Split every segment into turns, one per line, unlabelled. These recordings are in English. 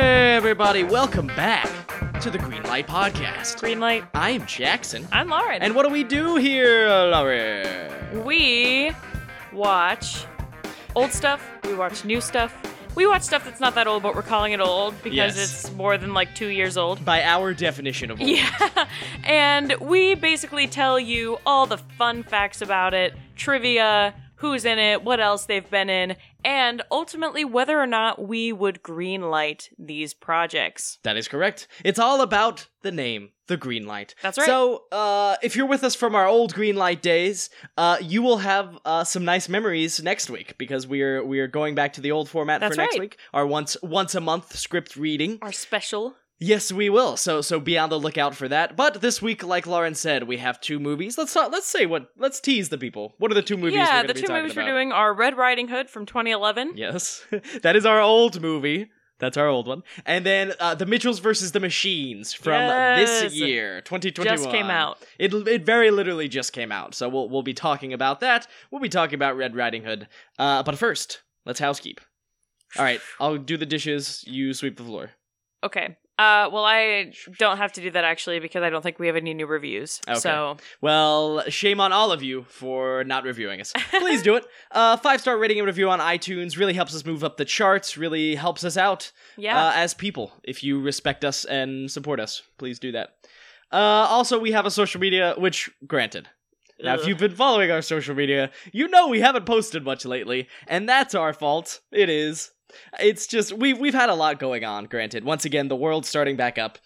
everybody. Welcome back to the Green Light Podcast.
Green light.
I'm Jackson.
I'm Lauren.
And what do we do here, Lauren?
we watch old stuff, we watch new stuff. We watch stuff that's not that old, but we're calling it old because
Yes.
it's more than like two years old.
By our definition of old.
Yeah. And we basically tell you all the fun facts about it, trivia, who's in it, what else they've been in, and ultimately whether or not we would green light these projects.
That is correct. It's all about the name, the green light.
That's right.
So, uh, if you're with us from our old green light days, uh, you will have uh, some nice memories next week because we're we're going back to the old format
That's
for next
right.
week. Our once once a month script reading.
Our special.
Yes, we will. So so be on the lookout for that. But this week, like Lauren said, we have two movies. Let's not let's say what let's tease the people. What are the two movies?
yeah,
we're
the
gonna be
two
talking
movies
about?
we're doing are Red Riding Hood from 2011.
Yes, that is our old movie. That's our old one. And then uh, the Mitchells versus the Machines from
Yes.
this year, 2021.
Just came out.
It it very literally just came out. So we'll we'll be talking about that. We'll be talking about Red Riding Hood. Uh, but first, let's housekeep. All right, I'll do the dishes. You sweep the floor.
Okay. Uh, well, I don't have to do that actually because I don't think we have any new reviews.
Okay.
So
Well, shame on all of you for not reviewing us. Please do it. Uh, five star rating and review on iTunes really helps us move up the charts. Really helps us out.
yeah,
uh, as people. If you respect us and support us, please do that. Uh, also, we have a social media, which, granted, now if
Ugh.
you've been following our social media, you know we haven't posted much lately, and that's our fault. It is. It's just we've we've had a lot going on. Granted, once again, the world's starting back up,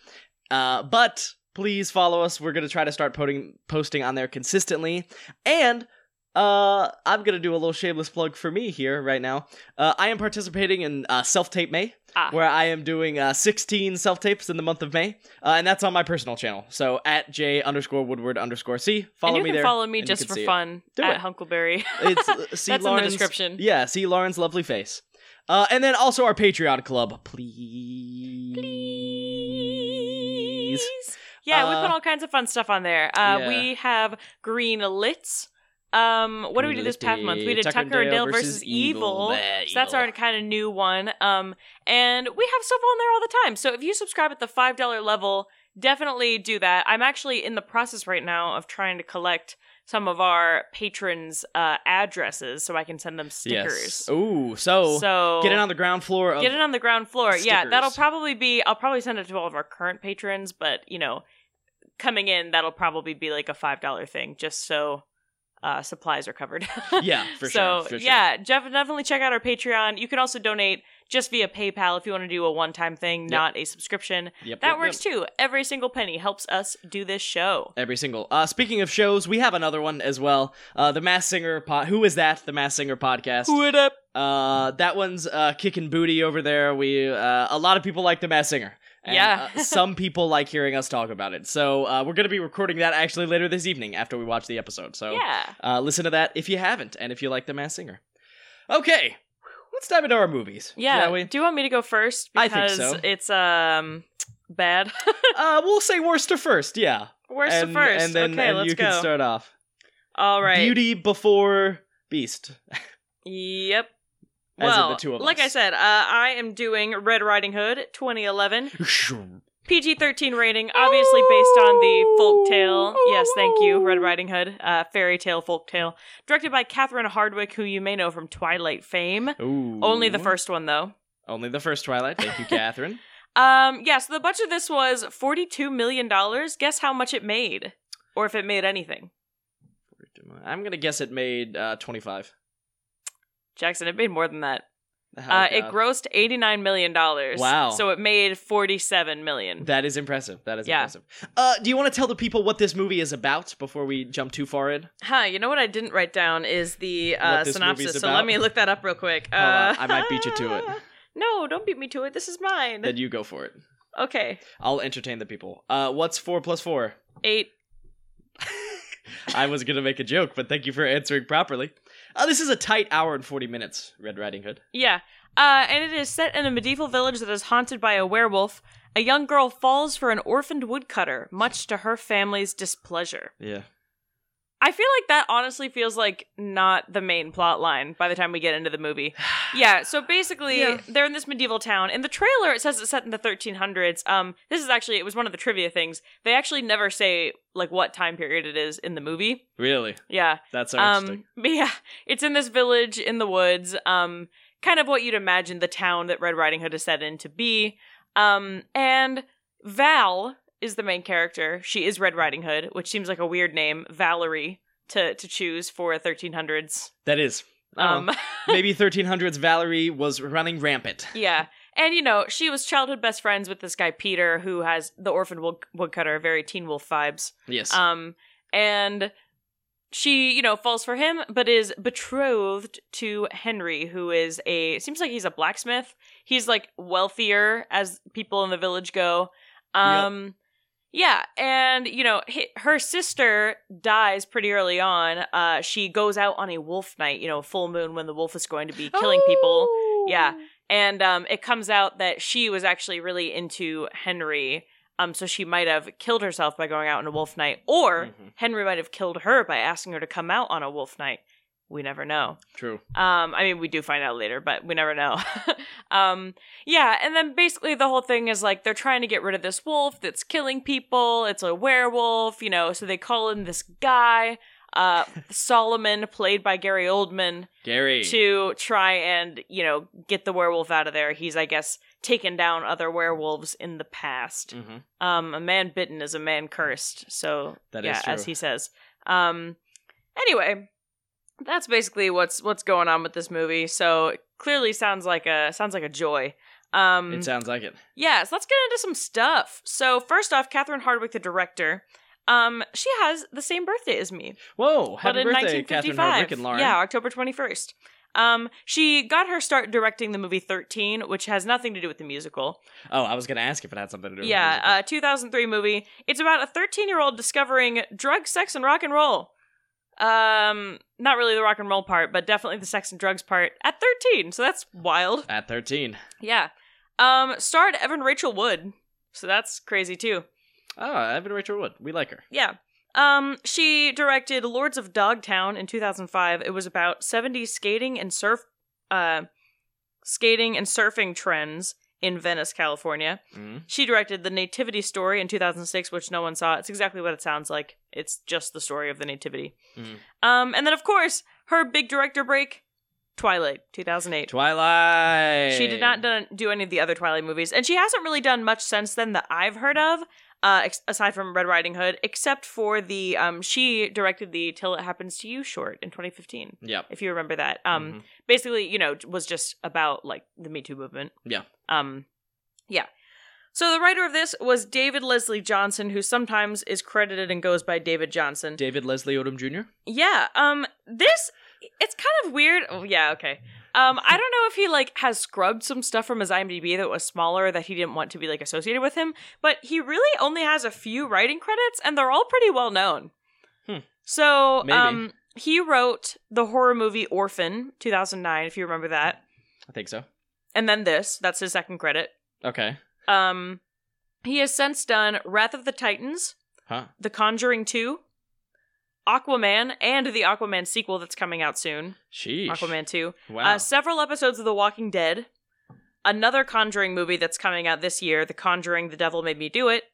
uh, but please follow us. We're gonna try to start putting posting on there consistently, and uh, I'm gonna do a little shameless plug for me here right now. Uh, I am participating in uh, Self Tape May,
Ah.
where I am doing uh, 16 self tapes in the month of May, uh, and that's on my personal channel. So at J underscore Woodward underscore C, follow
and you
me
can
there.
follow me
and you
just
can
for
see it.
fun
Do
at
it.
Huckleberry.
It's uh, see
That's in the
Lauren's,
description.
Yeah, see Lauren's lovely face. Uh, and then also our Patreon club, please.
Yeah, we
Uh,
put all kinds of fun stuff on there. Uh,
yeah.
We have green lits. Um, what did we do this past month? We did Tucker, and Dale versus Evil.
Yeah,
So that's our
evil.
kind of new one. Um, and we have stuff on there all the time. So if you subscribe at the five dollar level, definitely do that. I'm actually in the process right now of trying to collect some of our patrons' uh, addresses so I can send them stickers.
Yes. Ooh, so,
so
get it on the ground floor of
get it on the ground floor. Yeah,
stickers.
that'll probably be. I'll probably send it to all of our current patrons, but you know, coming in, that'll probably be like a five dollar thing, just so uh, supplies are covered.
Yeah, for
so,
sure, for sure.
yeah, Jeff, definitely check out our Patreon. You can also donate just via PayPal if you want to do a one time thing,
Yep.
not a subscription.
Yep,
That
yep,
works too. Every single penny helps us do this show.
Every single. Uh, speaking of shows, we have another one as well. Uh, the Mass Singer pod. Who is that? The Mass Singer podcast.
it up.
Uh, that one's uh kicking booty over there. We uh, a lot of people like the Mass Singer. And,
Yeah.
uh, some people like hearing us talk about it. So uh, we're gonna be recording that actually later this evening after we watch the episode. So
Yeah.
uh, listen to that if you haven't and if you like the Mass Singer. Okay, let's dive into our movies.
Yeah.
shall we?
Do you want me to go first?
I think
Because
so.
it's um bad.
uh, we'll say worst to first. Yeah,
Worst
and,
to first.
and then
okay,
and
let's
you
go.
can start off.
All right.
Beauty before beast.
Yep.
As in
well,
the two of
like
us.
I said, uh, I am doing Red Riding Hood 2011 PG 13 rating, obviously based on the folk tale. Yes, thank you, Red Riding Hood, uh, fairy tale folk tale, directed by Catherine Hardwick, who you may know from Twilight fame.
Ooh.
Only the first one though.
Only the first Twilight. Thank you, Catherine.
Um, yeah. So the budget of this was 42 million dollars. Guess how much it made, or if it made anything.
I'm gonna guess it made uh, 25.
Jackson, it made more than that.
Oh,
uh, it
God.
grossed 89 million dollars.
Wow.
So it made 47 million.
That is impressive. That is
Yeah.
impressive. Uh, do you want to tell the people what this movie is about before we jump too far in?
Huh, you know what I didn't write down is the
What
uh,
this
synopsis,
movie's
so
about?
let me look that up real quick.
Hold
uh,
on, I might beat you to it.
No, don't beat me to it. This is mine.
Then you go for it.
okay.
I'll entertain the people. Uh, what's four plus four?
Eight.
I was gonna make a joke, but thank you for answering properly. Uh, this is a tight hour and 40 minutes. Red Riding Hood.
Yeah. Uh, and it is set in a medieval village that is haunted by a werewolf. A young girl falls for an orphaned woodcutter, much to her family's displeasure.
Yeah.
I I feel like that honestly feels like not the main plot line by the time we get into the movie. Yeah, so basically
Yeah.
they're in this medieval town. In the trailer it says it's set in the 1300s. Um this is actually it was one of the trivia things. They actually never say like what time period it is in the movie.
Really?
Yeah.
That's so
Um
interesting.
but yeah, it's in this village in the woods. Um kind of what you'd imagine the town that Red Riding Hood is set in to be. Um and Val is the main character. She is Red Riding Hood, which seems like a weird name, Valerie to to choose for a 1300s.
That is. Um,
Um
maybe 1300s Valerie was running rampant.
yeah. And you know, she was childhood best friends with this guy Peter who has the orphan wood- woodcutter, very teen wolf vibes.
Yes.
Um, and she, you know, falls for him, but is betrothed to Henry, who is a seems like he's a blacksmith. He's like wealthier as people in the village go. Um, yeah, and you know, hi her sister dies pretty early on. Uh, she goes out on a wolf night, you know, full moon when the wolf is going to be killing people
Oh.
yeah. and um, it comes out that she was actually really into Henry. Um, so she might have killed herself by going out on a wolf night, or
Mhm.
Henry might have killed her by asking her to come out on a wolf night. We never know.
True.
Um, I mean, we do find out later, but we never know. um, yeah, and then basically the whole thing is like they're trying to get rid of this wolf that's killing people. It's a werewolf, you know. So they call in this guy, uh, Solomon, played by Gary Oldman
Gary.
to try and you know get the werewolf out of there. He's I guess taken down other werewolves in the past.
hmm
Um, a man bitten is a man cursed. So
That is
yeah, as
true.
he says. Um, anyway, that's basically what's what's going on with this movie. So it clearly sounds like a sounds like a joy. Um,
It sounds like it.
yeah, so let's get into some stuff. So first off, Catherine Hardwick, the director. Um, she has the same birthday as me
Whoa!
but
Happy
in
birthday,
1955,
Catherine Hardwick and Lauren.
yeah, October 21st. Um, she got her start directing the movie 13, which has nothing to do with the musical.
Oh, I was gonna ask if it had something to do. with
yeah,
music.
uh, 2003 movie. It's about a 13 year old discovering drug, sex, and rock and roll. Um, not really the rock and roll part, but definitely the sex and drugs part at 13. So that's wild.
at thirteen.
Yeah. Um, starred Evan Rachel Wood. So that's crazy too.
Oh, Evan Rachel Wood. We like her.
Yeah. Um, she directed Lords of Dogtown in 2005. It was about 70s skating and surf, uh, skating and surfing trends in Venice, California.
Mhm.
She directed The Nativity Story in 2006, which no one saw. It's exactly what it sounds like. It's just the story of the Nativity.
Mhm.
Um, and then of course her big director break, Twilight, 2008.
Twilight.
She did not done, do any of the other Twilight movies, and she hasn't really done much since then that I've heard of, uh, ex- aside from Red Riding Hood, except for the um, she directed the "Till It Happens to You" short in 2015,
Yep.
if you remember that. Um,
Mhm.
basically, you know, was just about like the Me Too movement.
Yeah.
Um, yeah. So the writer of this was David Leslie Johnson, who sometimes is credited and goes by David Johnson.
David Leslie Odom Jr.
Yeah. Um. This it's kind of weird. Oh, yeah. Okay. Um. I don't know if he like has scrubbed some stuff from his IMDb that was smaller that he didn't want to be like associated with him, but he really only has a few writing credits, and they're all pretty well known.
Hmm.
So,
Maybe.
um, he wrote the horror movie Orphan, two thousand nine, if you remember that,
I think so.
and then this. That's his second credit.
Okay.
Um, he has since done Wrath of the Titans,
Huh.
the Conjuring 2, Aquaman, and the Aquaman sequel that's coming out soon,
Sheesh.
Aquaman 2.
Wow.
Uh, several episodes of The Walking Dead, another Conjuring movie that's coming out this year, The Conjuring The Devil Made Me Do It,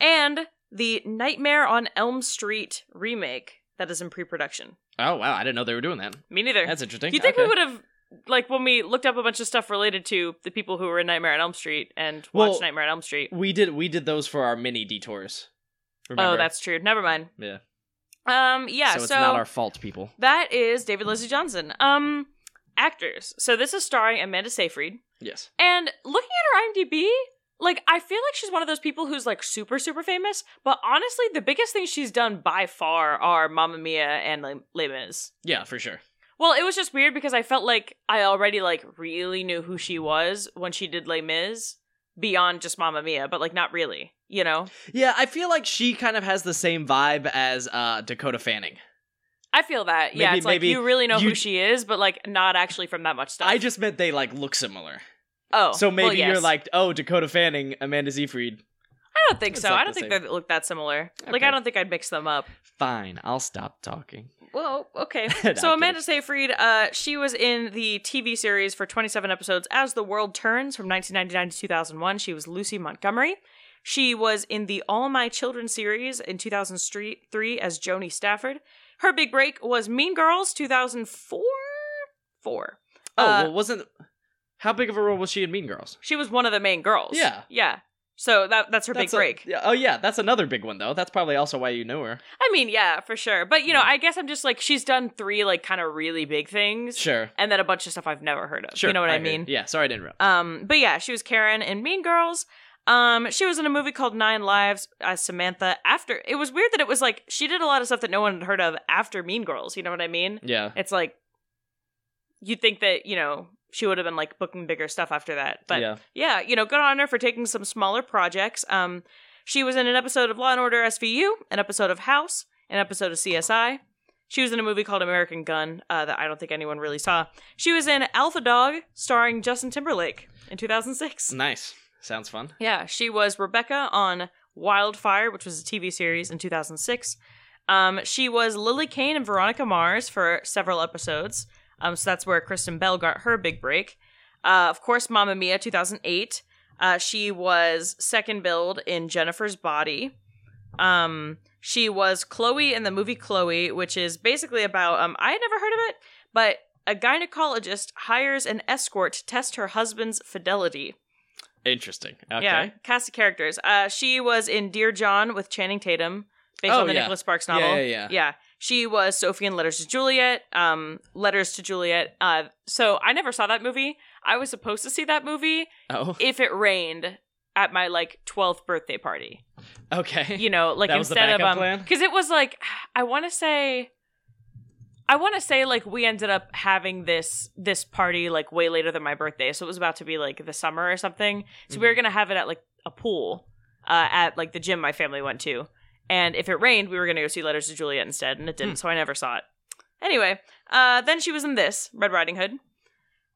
and the Nightmare on Elm Street remake that is in pre production.
oh wow! I didn't know they were doing that.
Me neither.
That's interesting.
you think
okay.
we would have. Like when we looked up a bunch of stuff related to the people who were in Nightmare on Elm Street and watched
Well,
Nightmare on Elm Street.
We did. We did those for our mini detours.
Oh,
Remember?
that's true. Never mind.
Yeah.
Um. Yeah.
So it's not our fault, people.
That is David Leslie Johnson. Um, actors. So this is starring Amanda Seyfried.
Yes.
And looking at her IMDb, like I feel like she's one of those people who's like super super famous. But honestly, the biggest things she's done by far are Mamma Mia and like, Les Mis.
Yeah, for sure.
Well, it was just weird because I felt like I already like really knew who she was when she did Les Mis beyond just Mamma Mia, but like not really, you know.
Yeah, I feel like she kind of has the same vibe as uh, Dakota Fanning.
I feel that. yeah,
Maybe-
it's like
maybe
you really know
you-
who she is, but like not actually from that much stuff.
I just meant they like look similar.
oh,
so
well,
maybe you're
yes.
like, oh, Dakota Fanning, Amanda Seyfried.
I don't think
It's
so.
like
I don't
the
think they
same.
look that similar. Like
Okay.
I don't think I'd mix them up.
Fine, I'll stop talking.
Well, okay.
No, I'm
so Amanda Seyfried, uh, she was in the TV series for 27 episodes As the World Turns from 1999 to 2001. She was Lucy Montgomery. She was in the All My Children series in 2003 as Joni Stafford. Her big break was Mean Girls 2004. Four.
Oh,
Uh,
well, wasn't how big of a role was she in Mean Girls?
She was one of the main girls.
Yeah.
Yeah. So that that's her
That's
big
a-
break.
yeah, oh yeah, that's another big one though. That's probably also why you knew her.
I mean, yeah, for sure. But you know,
Yeah.
I guess I'm just like she's done three like kind of really big things.
Sure,
and then a bunch of stuff I've never heard of.
sure.
You know what I,
hear you.
mean?
Yeah, sorry I didn't. interrupt.
Um, but yeah, she was Karen in Mean Girls. Um, she was in a movie called Nine Lives as Samantha. After it was weird that it was like she did a lot of stuff that no one had heard of after Mean Girls. You know what I mean?
Yeah,
It's like you'd think that you know she would have been like booking bigger stuff after that, but
yeah.
yeah, you know, good on her for taking some smaller projects. Um, she was in an episode of Law and Order SVU, an episode of House, an episode of CSI. She was in a movie called American Gun uh, that I don't think anyone really saw. She was in Alpha Dog, starring Justin Timberlake in 2006.
nice. Sounds fun.
Yeah, she was Rebecca on Wildfire, which was a TV series in 2006. Um, she was Lily Kane and Veronica Mars for several episodes. Um, so that's where Kristen Bell got her big break. Uh, of course, Mamma Mia 2008. Uh, she was second build in Jennifer's Body. Um, she was Chloe in the movie Chloe, which is basically about um, I had never heard of it, but a gynecologist hires an escort to test her husband's fidelity.
Interesting. Okay.
Yeah, cast of characters. Uh, she was in Dear John with Channing Tatum, based
Oh,
on the
yeah.
Nicholas Sparks
Yeah,
novel.
yeah, yeah.
She was Sophie in Letters to Juliet. Um, Letters to Juliet. Uh, so I never saw that movie. I was supposed to see that movie
Oh,
if it rained at my like 12th birthday party.
Oh, okay.
You know, like
That was the
instead of
backup
um,
plan?
because it was like I want to say. I want to say like we ended up having this this party like way later than my birthday, so it was about to be like the summer or something. So we were gonna have it at like a pool uh, at like the gym my family went to, and if it rained, we were gonna go see Letters to Juliet instead, and it didn't,
Hmm.
so I never saw it. Anyway, uh, then she was in this Red Riding Hood.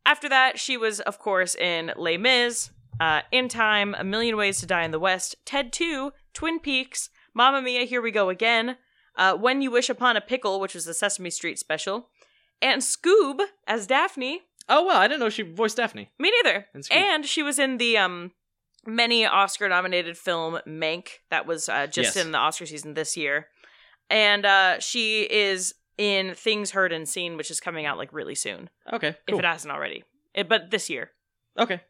After that, she was of course in Les Mis, uh, In Time, A Million Ways to Die in the West, Ted Two, Twin Peaks, Mamma Mia, Here We Go Again, uh, When You Wish Upon a Pickle, which was the Sesame Street special, and Scoob as Daphne.
Oh well, I didn't know she voiced Daphne.
Me neither.
And Scoob.
And she was in the um many Oscar nominated film Mank that was uh, just
Yes.
in the Oscar season this year. And uh, she is in Things Heard and Seen, which is coming out like really soon,
Okay. Cool.
if it hasn't already. It, but this year.
okay.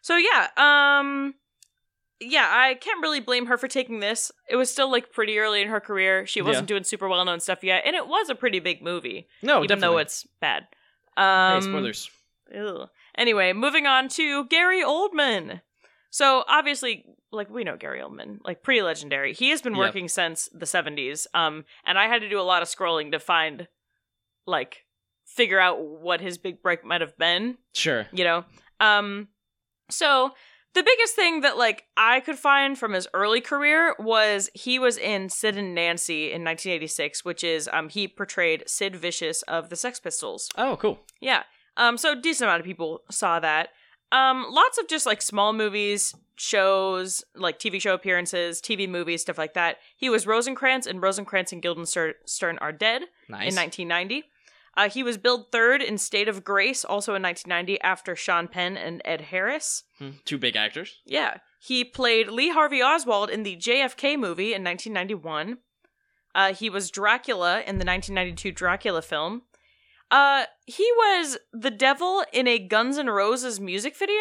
So yeah, um yeah, I can't really blame her for taking this. It was still like pretty early in her career. She wasn't doing super well known stuff yet, and it was a pretty big movie,
No,
even
Oh, definitely.
though it's bad. Um,
hey, spoilers.
Ugh. Anyway, moving on to Gary Oldman. So obviously, like we know Gary Oldman, like pretty legendary. He has been
Yep.
working since the '70s. Um, and I had to do a lot of scrolling to find, like, figure out what his big break might have been
Sure.
you know um so the biggest thing that like i could find from his early career was he was in sid and nancy in 1986 which is um he portrayed sid vicious of the sex pistols
Oh, cool.
yeah um so decent amount of people saw that um lots of just like small movies shows like tv show appearances tv movies stuff like that he was rosencrantz and rosencrantz and guildenstern are dead
Nice.
in 1990. Uh, he was billed third in State of Grace, also in 1990, after Sean Penn and Ed Harris.
Hmm, Two big actors.
Yeah. He played Lee Harvey Oswald in the JFK movie in 1991. Uh, he was Dracula in the 1992 Dracula film. Uh, he was the devil in a Guns N' Roses music video.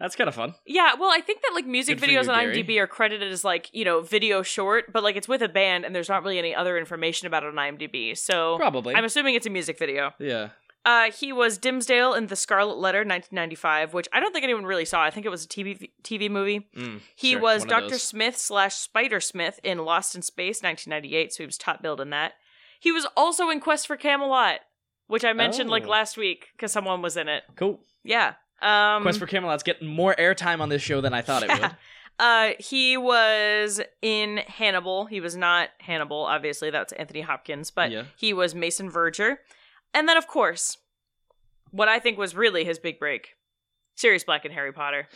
That's kind of fun.
Yeah, well, I think that like music
Good for
videos
you,
on
Gary.
IMDb are credited as like you know video short, but like it's with a band, and there's not really any other information about it on IMDb. So
Probably.
I'm assuming it's a music video.
yeah.
Uh, he was Dimsdale in The Scarlet Letter, 1995, which I don't think anyone really saw. I think it was a TV TV movie.
Mm,
He
sure,
was
one of
Doctor
those.
Smith slash Spider Smith in Lost in Space, 1998. So he was top billed in that. He was also in Quest for Camelot, which I mentioned like
Oh.
last week because someone was in it.
Cool.
Yeah. Um,
Quest for Camelot's getting more airtime on this show than I thought it would.
Uh, he was in Hannibal. He was not Hannibal, obviously. That's Anthony Hopkins, but
Yeah.
he was Mason Verger. And then, of course, what I think was really his big break Sirius Black in Harry Potter.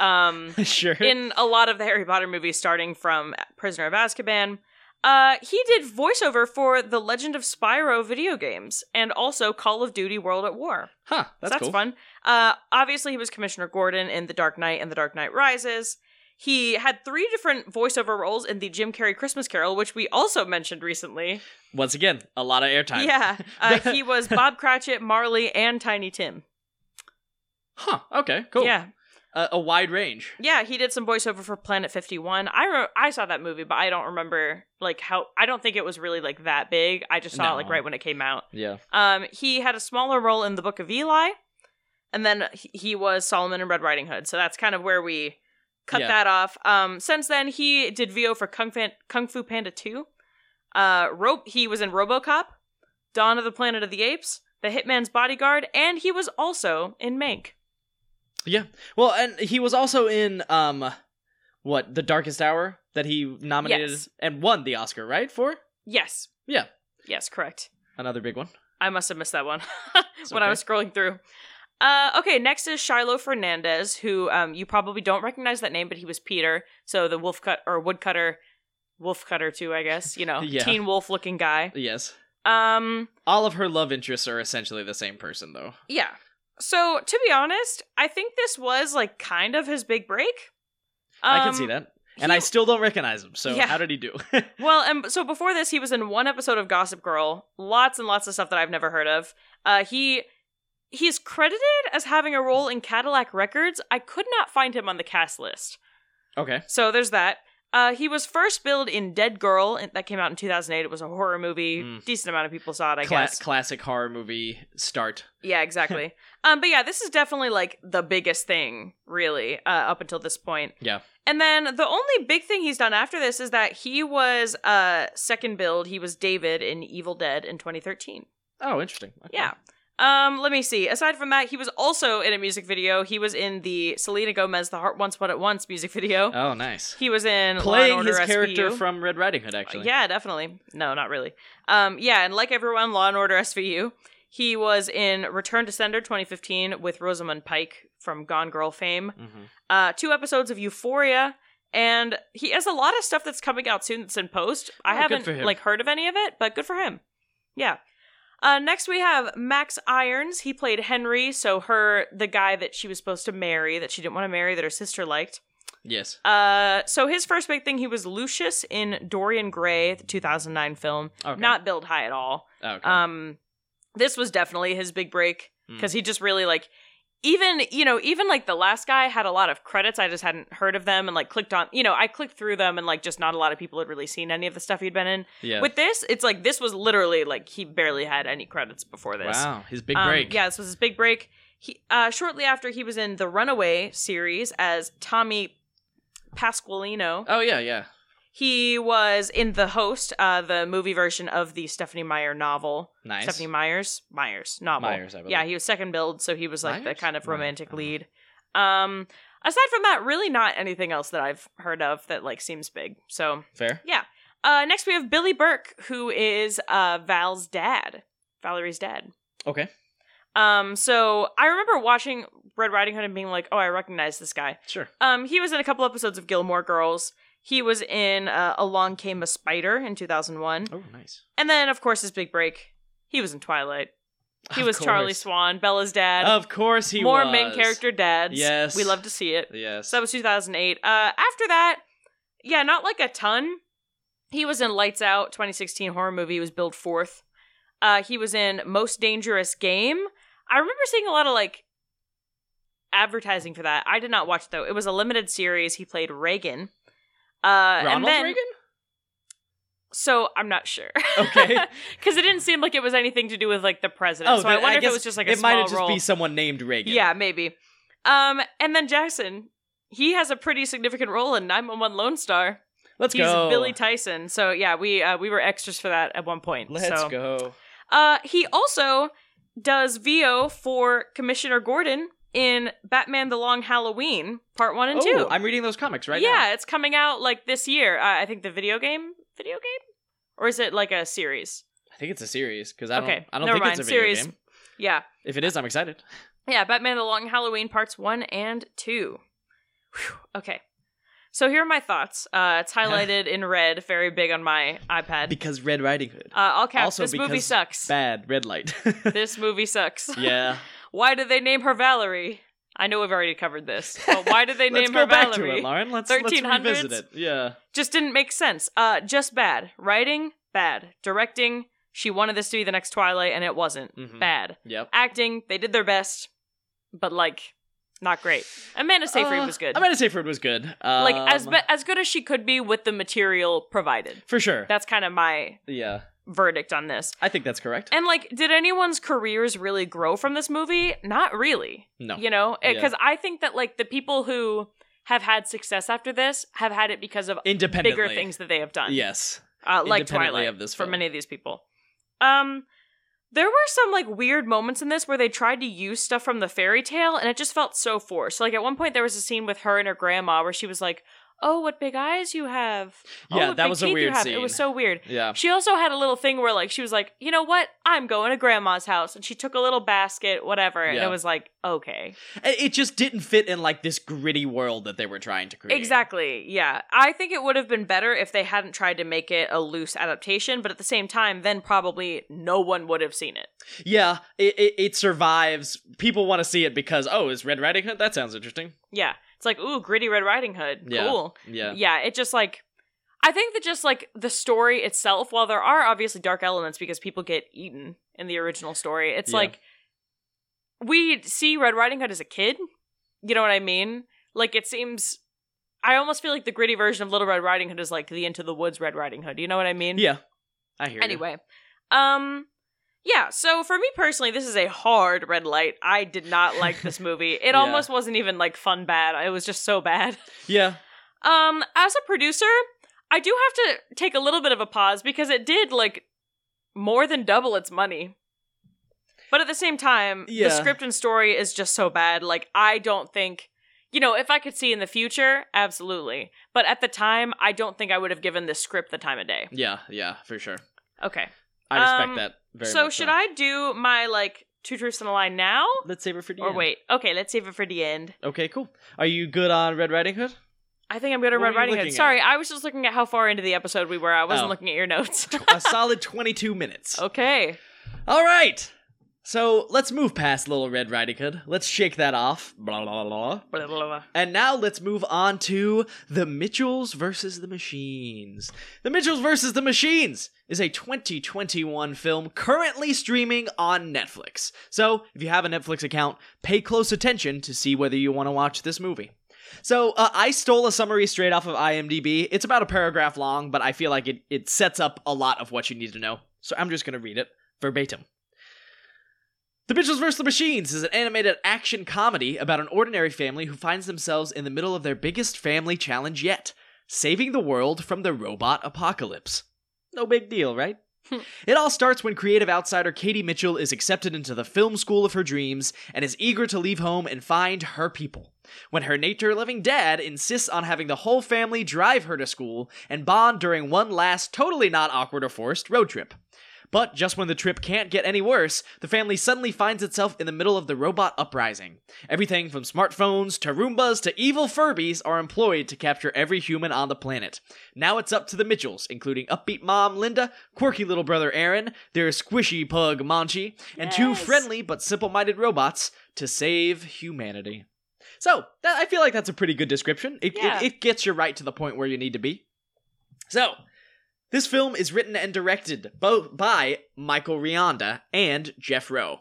Um,
sure.
in a lot of the Harry Potter movies, starting from Prisoner of Azkaban. Uh, he did voiceover for the Legend of Spyro video games and also Call of Duty World at War.
huh.
So
That's,
that's
cool.
fun. Uh, obviously, he was Commissioner Gordon in The Dark Knight and The Dark Knight Rises. He had three different voiceover roles in the Jim Carrey Christmas Carol, which we also mentioned recently.
Once again, a lot of airtime.
Yeah, uh, he was Bob Cratchit, Marley, and Tiny Tim.
Huh. Okay. Cool.
Yeah,
A, a wide range.
yeah, he did some voiceover for Planet Fifty One. I re- I saw that movie, but I don't remember like how. I don't think it was really like that big. I just saw it like
No.
right when it came out.
Yeah.
Um, he had a smaller role in the Book of Eli, and then he- he was Solomon and Red Riding Hood. So that's kind of where we cut
Yeah.
that off. Um, since then, he did VO for Kung, Fan- Kung Fu Panda Two. Uh, Ro- he was in RoboCop, Dawn of the Planet of the Apes, The Hitman's Bodyguard, and he was also in Mank.
Well, and he was also in um, what the Darkest Hour that he nominated
Yes.
and won the Oscar right for
Yes.
Yeah.
Yes, correct.
another big one.
I must have missed that one
It's
when I
okay.
was scrolling through. Uh, okay, next is Shiloh Fernandez, who um, you probably don't recognize that name, but he was Peter, so the wolf cut or woodcutter, wolf cutter too, I guess. You know,
Yeah.
teen wolf looking guy.
Yes.
Um,
All of her love interests are essentially the same person, though.
yeah. So to be honest, I think this was like kind of his big break.
I can
Um,
see that, and
he-
I still don't recognize him. So
Yeah.
how did he do?
Well, and so before this, he was in one episode of Gossip Girl. Lots and lots of stuff that I've never heard of. Uh, he he's credited as having a role in Cadillac Records. I could not find him on the cast list,
okay.
so there's that. Uh, he was first billed in Dead Girl and that came out in 2008. It was a horror movie.
Mm.
Decent amount of people saw it, I
Cla-
guess.
classic horror movie start.
Yeah, exactly. um, but yeah, this is definitely like the biggest thing, really, uh, up until this point.
Yeah.
And then the only big thing he's done after this is that he was uh second build. He was David in Evil Dead in 2013.
Oh, interesting. Okay.
Yeah. Um, let me see. Aside from that, he was also in a music video. He was in the Selena Gomez "The Heart Wants What It Wants" music video.
Oh, nice.
he was in Law and
Playing his
Order
character
SVU.
from Red Riding Hood, actually.
Yeah, definitely. No, not really. Um, yeah, and like everyone, Law and Order SVU. He was in Return to Sender 2015 with Rosamund Pike from Gone Girl fame.
Mhm.
Uh, two episodes of Euphoria, and he has a lot of stuff that's coming out soon that's in post. I
Oh, good
haven't
for him.
like heard of any of it, but good for him. Yeah. Uh, next we have Max Irons. He played Henry, so her the guy that she was supposed to marry, that she didn't want to marry, that her sister liked.
Yes.
Uh, so his first big thing, he was Lucius in Dorian Gray, the 2009 film.
Okay.
Not build high at all.
Oh, okay. Hmm.
Um, this was definitely his big break because he just really like, even you know, even like the last guy had a lot of credits. I just hadn't heard of them and like clicked on, you know, I clicked through them and like just not a lot of people had really seen any of the stuff he'd been in.
yeah.
With this, it's like this was literally like he barely had any credits before this.
Wow, his big
Um,
break.
yeah, this was his big break. He uh, shortly after he was in the Runaway series as Tommy Pasqualino.
Oh yeah, yeah.
He was in the host, uh, the movie version of the Stephanie Meyer novel.
Nice.
Stephanie Myers, Myers novel.
Myers, I believe.
yeah, he was second build, so he was like the
Myers?
kind of
Myers,
romantic
I don't know.
lead. Um, aside from that, really not anything else that I've heard of that like seems big. So
Fair.
uh, next we have Billy Burke, who is uh, Val's dad, Valerie's dad.
Okay.
Um, so I remember watching Red Riding Hood and being like, "Oh, I recognize this guy."
Sure.
Um, he was in a couple episodes of Gilmore Girls. He was in uh, Along Came a Spider in 2001,
Oh, nice.
and then of course his big break. He was in Twilight. He
Of
was Charlie
course.
Swan, Bella's dad.
Of course, he
More
was.
main character dads.
Yes.
we love to see it.
Yes.
So that was 2008. Uh, after that, yeah, not like a ton. He was in Lights Out, 2016 horror movie. He was billed fourth. Uh, he was in Most Dangerous Game. I remember seeing a lot of like advertising for that. I did not watch it, though. It was a limited series. He played Reagan. Uh, and
Ronald
then,
Reagan.
So I'm not sure
Okay.
because it didn't seem like it was anything to do with like the president.
oh,
so
then
I wonder if it
guess
was just like a
it
small
might have just
role.
be someone named Reagan.
Yeah, maybe. Um, and then Jackson, he has a pretty significant role in 911 Lone Star.
Let's
He's
go.
Billy Tyson. So yeah, we uh, we were extras for that at one point.
Let's
so.
go.
Uh, he also does VO for Commissioner Gordon in Batman: The Long Halloween Part One and
oh,
Two.
I'm reading those comics right
yeah, it's coming out like this year. Uh, I think the video game, video game, or is it like a series?
now. I think it's a series because I don't.
Okay,
I don't
never
think
mind.
it's a video
Series.
game.
Yeah.
If it is, I'm excited.
Yeah, Batman the Long Halloween parts one and two. Whew, okay. So here are my thoughts. Uh, it's highlighted in red, very big on my iPad. Uh,
Because Red Riding Hood.
all caps.
Also
this movie
because
sucks.
Bad red light.
this movie sucks.
yeah.
Why did they name her Valerie? I know we've already covered this, but why did they
Let's
name
go
her
back
Valerie?
to it, Lauren. Let's, let's
1300s?
revisit it. Yeah.
Just didn't make sense. Uh, just bad. Writing, bad. Directing, she wanted this to be the next Twilight, and it wasn't.
Mhm.
Bad.
Yep.
Acting, they did their best, but like, not great. Amanda Seyfried
Uh,
was good.
Amanda Seyfried was good. Um,
like as be- as good as she could be with the material provided.
For sure.
That's kind of my
yeah.
verdict on this.
I think that's correct.
And like, did anyone's careers really grow from this movie? Not really.
no.
You know,
Yeah.
because I think that like the people who have had success after this have had it because of
Independently.
bigger things that they have done.
Yes.
uh, like
Independently
Twilight
of this
for
film.
many of these people. Um, there were some like weird moments in this where they tried to use stuff from the fairy tale, and it just felt so forced. Like at one point, there was a scene with her and her grandma where she was like, "Oh, what big eyes you have!" "Oh,
Yeah,
what
that
big
was a
teeth you
weird
have."
scene.
It was so weird.
Yeah.
She also had a little thing where like she was like, "You know what? I'm going to grandma's house," and she took a little basket, whatever, and
Yeah.
it was like, "Okay."
It it just didn't fit in like this gritty world that they were trying to create.
Exactly. Yeah. I think it would have been better if they hadn't tried to make it a loose adaptation, but at the same time, then probably no one would have seen it.
Yeah, it, it, it survives. People want to see it because oh, is Red Riding Hood? That sounds interesting.
Yeah. It's like, ooh, gritty Red Riding Hood.
Yeah.
Cool.
Yeah,
Yeah. It just like, I think that just like the story itself, while there are obviously dark elements because people get eaten in the original story, it's
Yeah.
like we see Red Riding Hood as a kid. You know what I mean? Like it seems. I almost feel like the gritty version of Little Red Riding Hood is like the Into the Woods Red Riding Hood. You know what I mean?
yeah. I hear.
Anyway, um yeah, so for me personally, this is a hard red light. I did not like this movie. It
Yeah.
almost wasn't even like fun bad. It was just so bad.
you. yeah,
Um as a producer, I do have to take a little bit of a pause because it did like more than double its money. But at the same time,
Yeah.
the script and story is just so bad. Like I don't think you know, if I could see in the future, absolutely. But at the time, I don't think I would have given this script the time of day.
yeah, yeah, for sure.
Okay.
I respect
Um,
that very
so
much.
should I do my like two truths and a lie now,
Let's save it for the
or
end.
wait? Okay, let's save it for the end.
Okay, cool. Are you good on Red Riding Hood?
I think I'm good at
What
Red
were you
Riding
looking
Hood.
at?
Sorry, I was just looking at how far into the episode we were. I wasn't
Oh.
looking at your notes.
A solid twenty-two minutes.
Oh. okay.
All right. So let's move past Little Red Riding Hood. Let's shake that off. Blah blah blah.
Blah, blah, blah.
And now let's move on to The Mitchells versus the Machines. The Mitchells versus the Machines is a 2021 film currently streaming on Netflix. So, if you have a Netflix account, pay close attention to see whether you want to watch this movie. So, uh, I stole a summary straight off of IMDb. It's about a paragraph long, but I feel like it, it sets up a lot of what you need to know. So, I'm just going to read it verbatim. The Mitchells vs. the Machines is an animated action comedy about an ordinary family who finds themselves in the middle of their biggest family challenge yet saving the world from the robot apocalypse. No big deal, right? it all starts when creative outsider Katie Mitchell is accepted into the film school of her dreams and is eager to leave home and find her people. When her nature loving dad insists on having the whole family drive her to school and bond during one last, totally not awkward or forced road trip. But just when the trip can't get any worse, the family suddenly finds itself in the middle of the robot uprising. Everything from smartphones to Roombas to evil Furbies are employed to capture every human on the planet. Now it's up to the Mitchells, including upbeat mom Linda, quirky little brother Aaron, their squishy pug Monchi, and two
Yes.
friendly but simple minded robots to save humanity. So, that, I feel like that's a pretty good description. It,
Yeah.
it, it gets you right to the point where you need to be. So, this film is written and directed both by Michael Rionda and Jeff Rowe.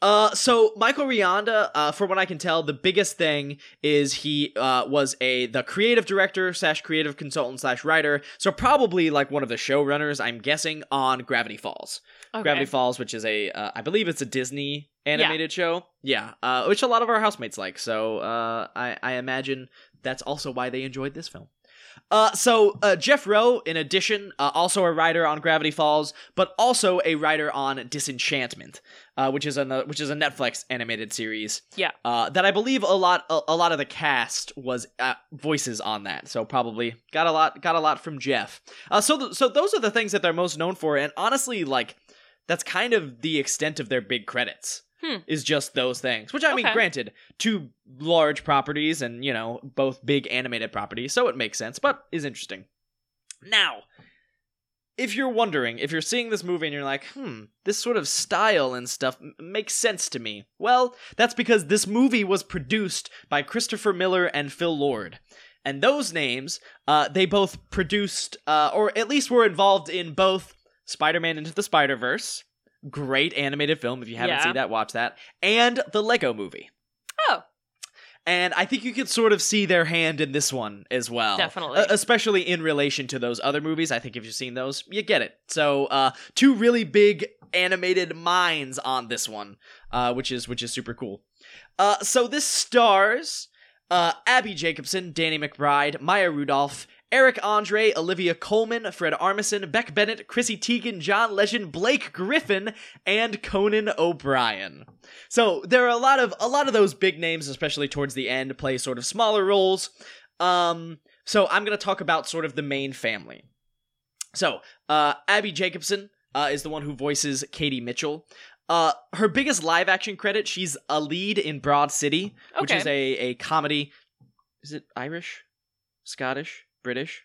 Uh, so Michael Rionda, uh, from what I can tell, the biggest thing is he uh, was a the creative director slash creative consultant slash writer, so probably like one of the showrunners, I'm guessing, on Gravity Falls.
Okay.
Gravity Falls, which is a, uh, I believe it's a Disney animated show. Yeah, uh, which a lot of our housemates like. So uh, I, I imagine that's also why they enjoyed this film. Uh, so uh, Jeff Rowe, in addition, uh, also a writer on Gravity Falls, but also a writer on Disenchantment, uh, which is a which is a Netflix animated series.
Yeah.
uh, that I believe a lot a, a lot of the cast was uh, voices on that, so probably got a lot got a lot from Jeff. Uh, so th- so those are the things that they're most known for, and honestly, like that's kind of the extent of their big credits.
Hmm.
is just those things. Which I mean,
Okay.
granted, two large properties and you know both big animated properties, so it makes sense, but is interesting. Now, if you're wondering, if you're seeing this movie and you're like, hmm, this sort of style and stuff m- makes sense to me. Well, that's because this movie was produced by Christopher Miller and Phil Lord. And those names, uh, they both produced, uh, or at least were involved in both Spider Man Into the Spider Verse, great animated film. If you haven't
Yeah.
seen that, watch that. And the Lego movie.
Oh.
And I think you can sort of see their hand in this one as well.
Definitely.
Uh, especially in relation to those other movies. I think if you've seen those, you get it. So, uh, two really big animated minds on this one, uh, which is which is super cool. Uh, so this stars uh, Abby Jacobson, Danny McBride, Maya Rudolph, Eric Andre, Olivia Coleman, Fred Armisen, Beck Bennett, Chrissy Teigen, John Legend, Blake Griffin, and Conan O'Brien. So there are a lot of a lot of those big names, especially towards the end, play sort of smaller roles. Um, so I'm gonna talk about sort of the main family. So uh, Abby Jacobson uh, is the one who voices Katie Mitchell. Uh, her biggest live action credit, she's a lead in Broad City, which
Okay.
is a, a comedy. Is it Irish, Scottish, British?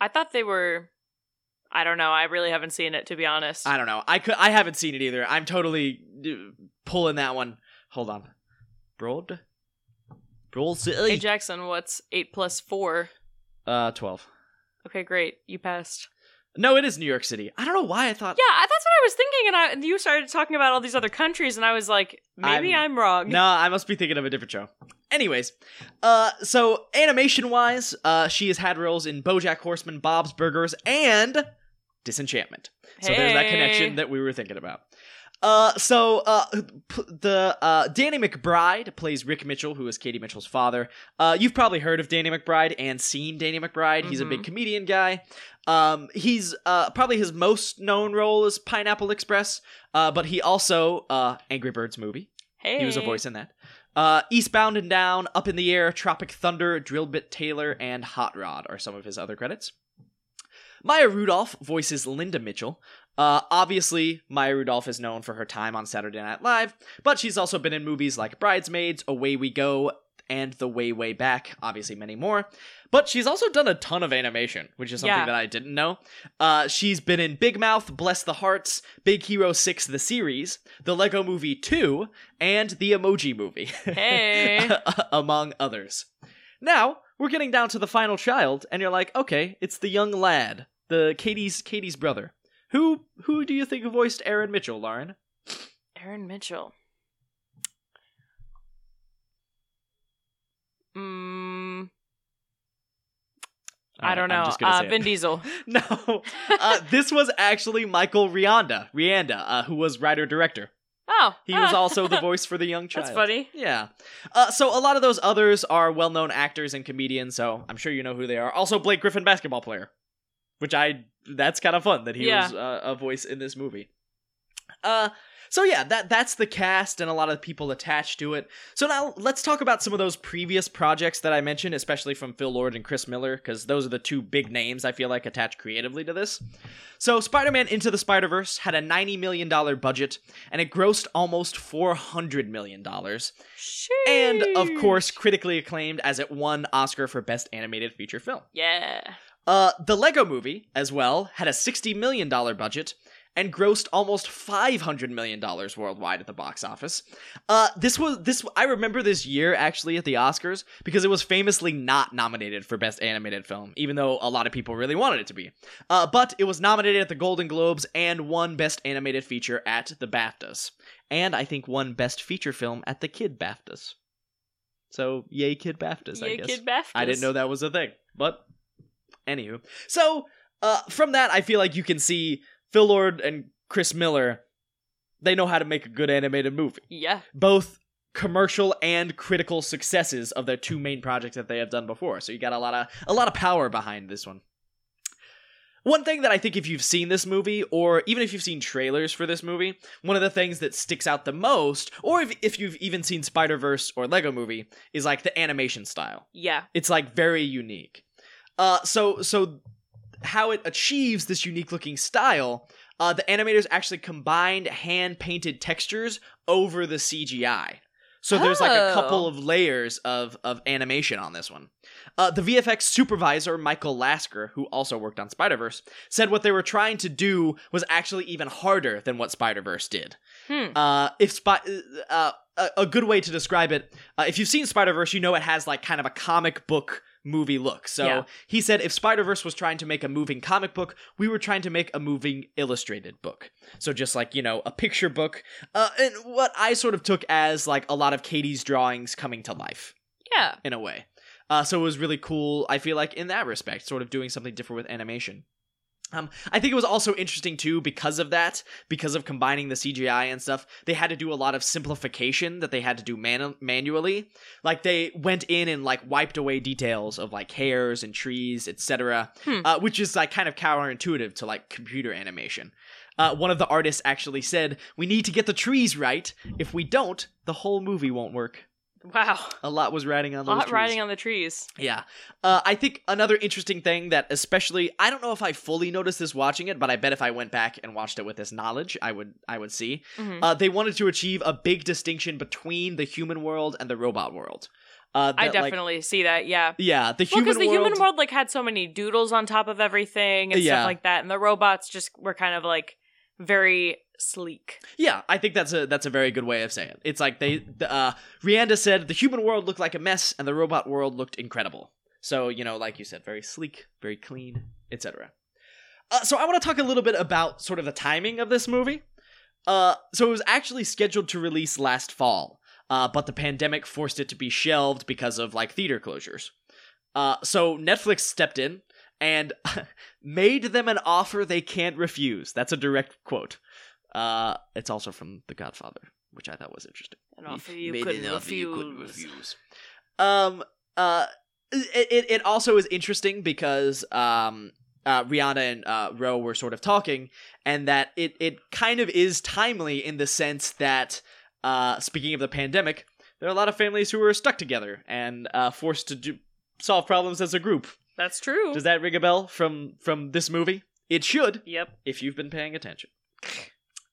I thought they were. I don't know. I really haven't seen it to be honest.
I don't know. I could. I haven't seen it either. I'm totally uh, pulling that one. Hold on, Broad, Broad
hey
City.
Jackson, what's eight plus four?
Uh, twelve.
Okay, great. You passed.
No, it is New York City. I don't know why I thought.
Yeah, I- that's what I was thinking, and I, you started talking about all these other countries, and I was like, maybe I'm, wrong.
No, I must be thinking of a different show. Anyways, uh, so animation wise, uh, she has had roles in BoJack Horseman, Bob's Burgers, and Disenchantment. So there's that connection
Hey.
that we were thinking about. Uh, so uh, p- the uh, Danny McBride plays Rick Mitchell, who is Katie Mitchell's father. Uh, you've probably heard of Danny McBride and seen Danny McBride. He's a big
Mhm.
comedian guy. Um, he's uh, probably his most known role is Pineapple Express, uh, but he also uh, Angry Birds movie.
hey.
He was a voice in that. Uh, Eastbound and Down, Up in the Air, Tropic Thunder, Drill Bit Taylor, and Hot Rod are some of his other credits. Maya Rudolph voices Linda Mitchell. Uh, obviously, Maya Rudolph is known for her time on Saturday Night Live, but she's also been in movies like Bridesmaids, Away We Go, and The Way Way Back, obviously many more. But she's also done a ton of animation, which is something
Yeah.
that I didn't know. Uh, she's been in Big Mouth, Bless the Hearts, Big Hero 6 the series, The Lego Movie 2, and The Emoji Movie,
Hey.
among others. Now, we're getting down to the final child and you're like, "Okay, it's the young lad, the Katie's Katie's brother." Who who do you think voiced Aaron Mitchell, Lauren?
Aaron Mitchell. Mm, I don't know.
I'm just gonna
Uh,
say it.
Vin Diesel.
no. Uh, this was actually Michael Rianda, Rianda, uh, who was writer director.
oh,
He was
ah.
also the voice for the young child.
That's funny.
Yeah. Uh, so a lot of those others are well known actors and comedians, so I'm sure you know who they are. Also, Blake Griffin, basketball player, which I, that's kind of fun that he
Yeah.
was uh, a voice in this movie. Uh, so yeah, that that's the cast and a lot of people attached to it. So now let's talk about some of those previous projects that I mentioned, especially from Phil Lord and Chris Miller, because those are the two big names I feel like attached creatively to this. So Spider-Man Into the Spider-Verse had a ninety million dollar budget, and it grossed almost four hundred million dollars. And of
Sheesh.
course, critically acclaimed as it won Oscar for Best Animated Feature Film.
Yeah.
Uh, the Lego Movie, as well, had a $60 million budget and grossed almost $500 million worldwide at the box office. Uh, this was this I remember this year actually at the Oscars because it was famously not nominated for Best Animated Film, even though a lot of people really wanted it to be. Uh, but it was nominated at the Golden Globes and won Best Animated Feature at the BAFTAs, and I think won Best Feature Film at the Kid BAFTAs. So yay, Kid BAFTAs! I
Yay,
guess
Kid Baftas.
I didn't know that was a thing. But anywho, so uh, from that, I feel like you can see Phil Lord and Chris Miller. They know how to make a good animated movie.
Yeah.
Both commercial and critical successes of their two main projects that they have done before. So you got a lot of a lot of power behind this one. One thing that I think if you've seen this movie, or even if you've seen trailers for this movie, one of the things that sticks out the most, or if, if you've even seen Spider Verse or Lego movie, is like the animation style
Yeah.
it's like very unique. Uh, so so how it achieves this unique looking style uh, the animators actually combined hand painted textures over the CGI. So there's like a couple
Oh.
of layers of, of animation on this one. Uh, the VFX supervisor, Michael Lasker, who also worked on Spider Verse, said what they were trying to do was actually even harder than what Spider Verse did.
Hmm.
Uh, if spot, uh, a, a good way to describe it, uh, if you've seen Spider Verse, you know it has like kind of a comic book movie look. So
Yeah.
he said if Spider Verse was trying to make a moving comic book, we were trying to make a moving illustrated book. So just like you know a picture book, uh, and what I sort of took as like a lot of Katie's drawings coming to life
Yeah.
in a way. Uh, so it was really cool. I feel like in that respect, sort of doing something different with animation. Um, I think it was also interesting too because of that, because of combining the CGI and stuff. They had to do a lot of simplification that they had to do man- manually. Like they went in and like wiped away details of like hairs and trees, etc.,
Hmm.
uh, which is like kind of counterintuitive to like computer animation. Uh, one of the artists actually said, "We need to get the trees right. If we don't, the whole movie won't work."
Wow.
A lot was riding on
A
those
lot
trees.
riding on the trees.
Yeah. Uh, I think another interesting thing that, especially, I don't know if I fully noticed this watching it, but I bet if I went back and watched it with this knowledge, I would, I would see.
Mhm.
Uh, they wanted to achieve a big distinction between the human world and the robot world. Uh,
I
that, like-
definitely see that. Yeah.
yeah, the
Well,
human
because the
world.
human world like had so many doodles on top of everything and
Yeah.
stuff like that, and the robots just were kind of like very sleek.
Yeah, I think that's a that's a very good way of saying it. It's like they the, uh Rianda said the human world looked like a mess and the robot world looked incredible. So, you know, like you said, very sleek, very clean, etc. Uh, so I want to talk a little bit about sort of the timing of this movie. Uh so it was actually scheduled to release last fall. Uh but the pandemic forced it to be shelved because of like theater closures. Uh so Netflix stepped in and made them an offer they can't refuse. That's a direct quote. Uh, it's also from The Godfather, which I thought was interesting.
And offer you couldn't refuse.
Um. Uh. It, it it also is interesting because um. Uh, Rihanna and uh, Ro were sort of talking, and that it it kind of is timely in the sense that, uh, speaking of the pandemic, there are a lot of families who are stuck together and uh, forced to do, solve problems as a group.
That's true.
Does that ring a bell from from this movie? It should
yep.
if you've been paying attention.